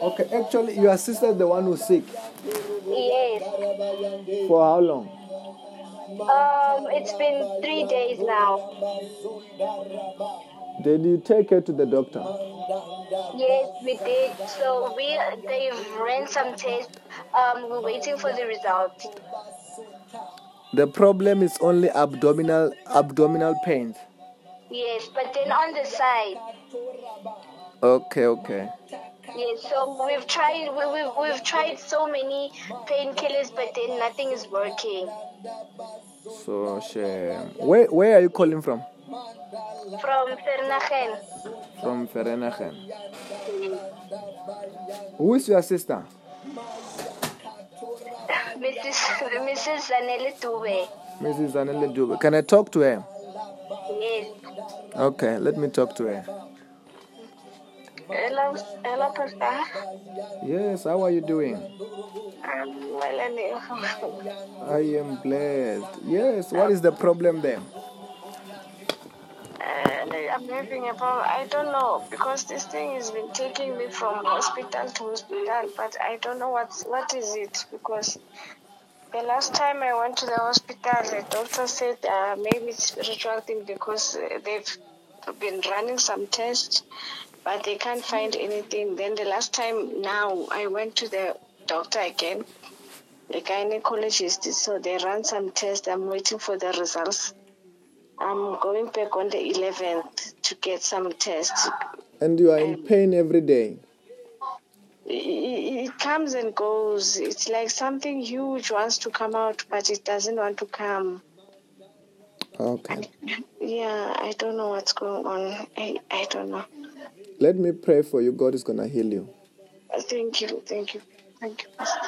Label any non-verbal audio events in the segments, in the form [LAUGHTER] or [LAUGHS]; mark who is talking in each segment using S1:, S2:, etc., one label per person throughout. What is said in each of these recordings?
S1: Okay, actually, your sister is the one who's sick.
S2: Yes.
S1: For how long?
S2: Um, it's been three days now.
S1: Did you take her to the doctor?
S2: Yes, we did. So we they've ran some tests. Um, we're waiting for the result.
S1: The problem is only abdominal abdominal pains.
S2: Yes, but then on the side.
S1: Okay, okay.
S2: Yes. So we've tried. We, we've we've tried so many painkillers, but then nothing is working.
S1: So shame. Where where are you calling from?
S2: From [LAUGHS] Fernagen.
S1: From Vereniging. Who is your sister?
S2: [LAUGHS] Mrs. Mrs. Zanele Dube.
S1: Mrs. Anele Dube. Can I talk to her?
S2: Yes.
S1: Okay, let me talk to her.
S2: Hello, hello, Pastor.
S1: Yes, how are you doing?
S2: I'm well and ill.
S1: I am blessed. Yes, what is the problem then?
S2: Uh, like I'm having a problem. I don't know because this thing has been taking me from hospital to hospital, but I don't know what what is it because the last time I went to the hospital, the doctor said uh, maybe it's spiritual thing because uh, they've been running some tests, but they can't find anything. Then the last time now I went to the doctor again, the gynecologist. So they ran some tests. I'm waiting for the results. I'm going back on the 11th to get some tests.
S1: And you are in pain every day.
S2: It, it it comes and goes. It's like something huge wants to come out, but it doesn't want to come.
S1: Okay.
S2: Yeah, I don't know what's going on. I, I don't know.
S1: Let me pray for you. God is going to heal you.
S2: Thank you, thank you, thank you, Pastor.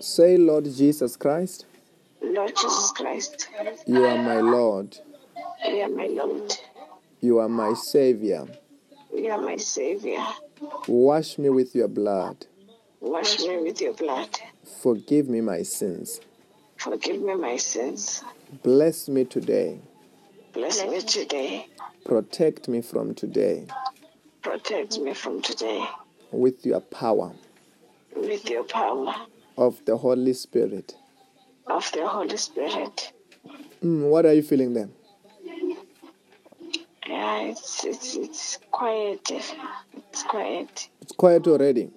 S1: Say, Lord Jesus Christ,
S2: Lord Jesus Christ,
S1: you are my Lord.
S2: you are my Lord,
S1: You are my Savior.
S2: you are my Savior.
S1: Wash me with your blood.
S2: Wash me with your blood.
S1: Forgive me my sins.
S2: Forgive me my sins.
S1: Bless me today.
S2: Bless me today.
S1: Protect me from today
S2: Protect me from today
S1: with your power
S2: with your power.
S1: of the Holy Spirit.
S2: of the Holy Spirit.
S1: Mm, what are you feeling then?
S2: Yeah, it's it's it's quiet. It's quiet.
S1: It's quiet already.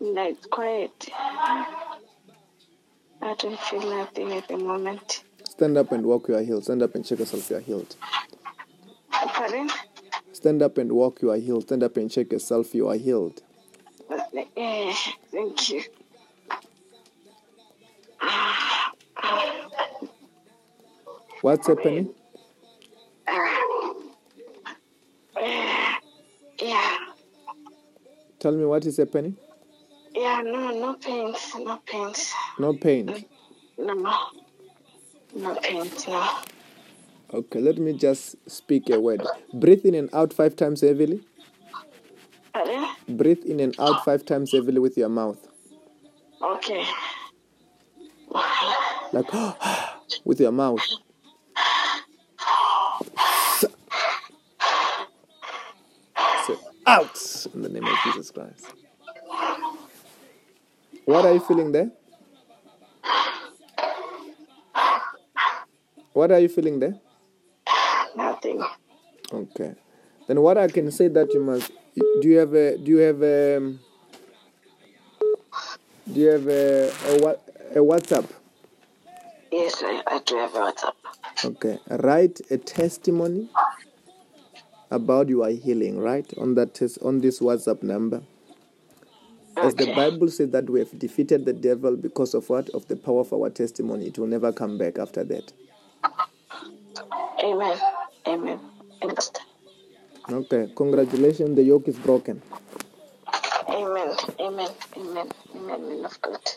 S2: No, it's quiet. I don't feel nothing at the moment.
S1: Stand up and walk, you are healed. Stand up and check yourself, you are healed.
S2: Pardon?
S1: Stand up and walk, you are healed. Stand up and check yourself, you are healed.
S2: Yeah, thank you.
S1: What's happening?
S2: Yeah,
S1: Tell me what is happening.
S2: yeah. No, no pains. No pains.
S1: No pain.
S2: No, no pains. No.
S1: Okay, let me just speak a word. Breathe in and out five times heavily.
S2: Pardon?
S1: Breathe in and out five times heavily with your mouth.
S2: Okay.
S1: Like [GASPS] with your mouth. So, out in the name of Jesus Christ. What are you feeling there? What are you feeling there?
S2: Nothing.
S1: Okay. Then what I can say that you must do you have a do you have a do you have a, a, wha- a WhatsApp?
S2: Yes, I, I do have WhatsApp.
S1: Okay. Write a testimony about your healing, right? On that test on this WhatsApp number. As the Bible says that we have defeated the devil because of what? Of the power of our testimony. It will never come back after that.
S2: Amen. Amen. Understand.
S1: Okay. Congratulations, the yoke is broken.
S2: Amen. Amen. Amen. Amen. Man of God.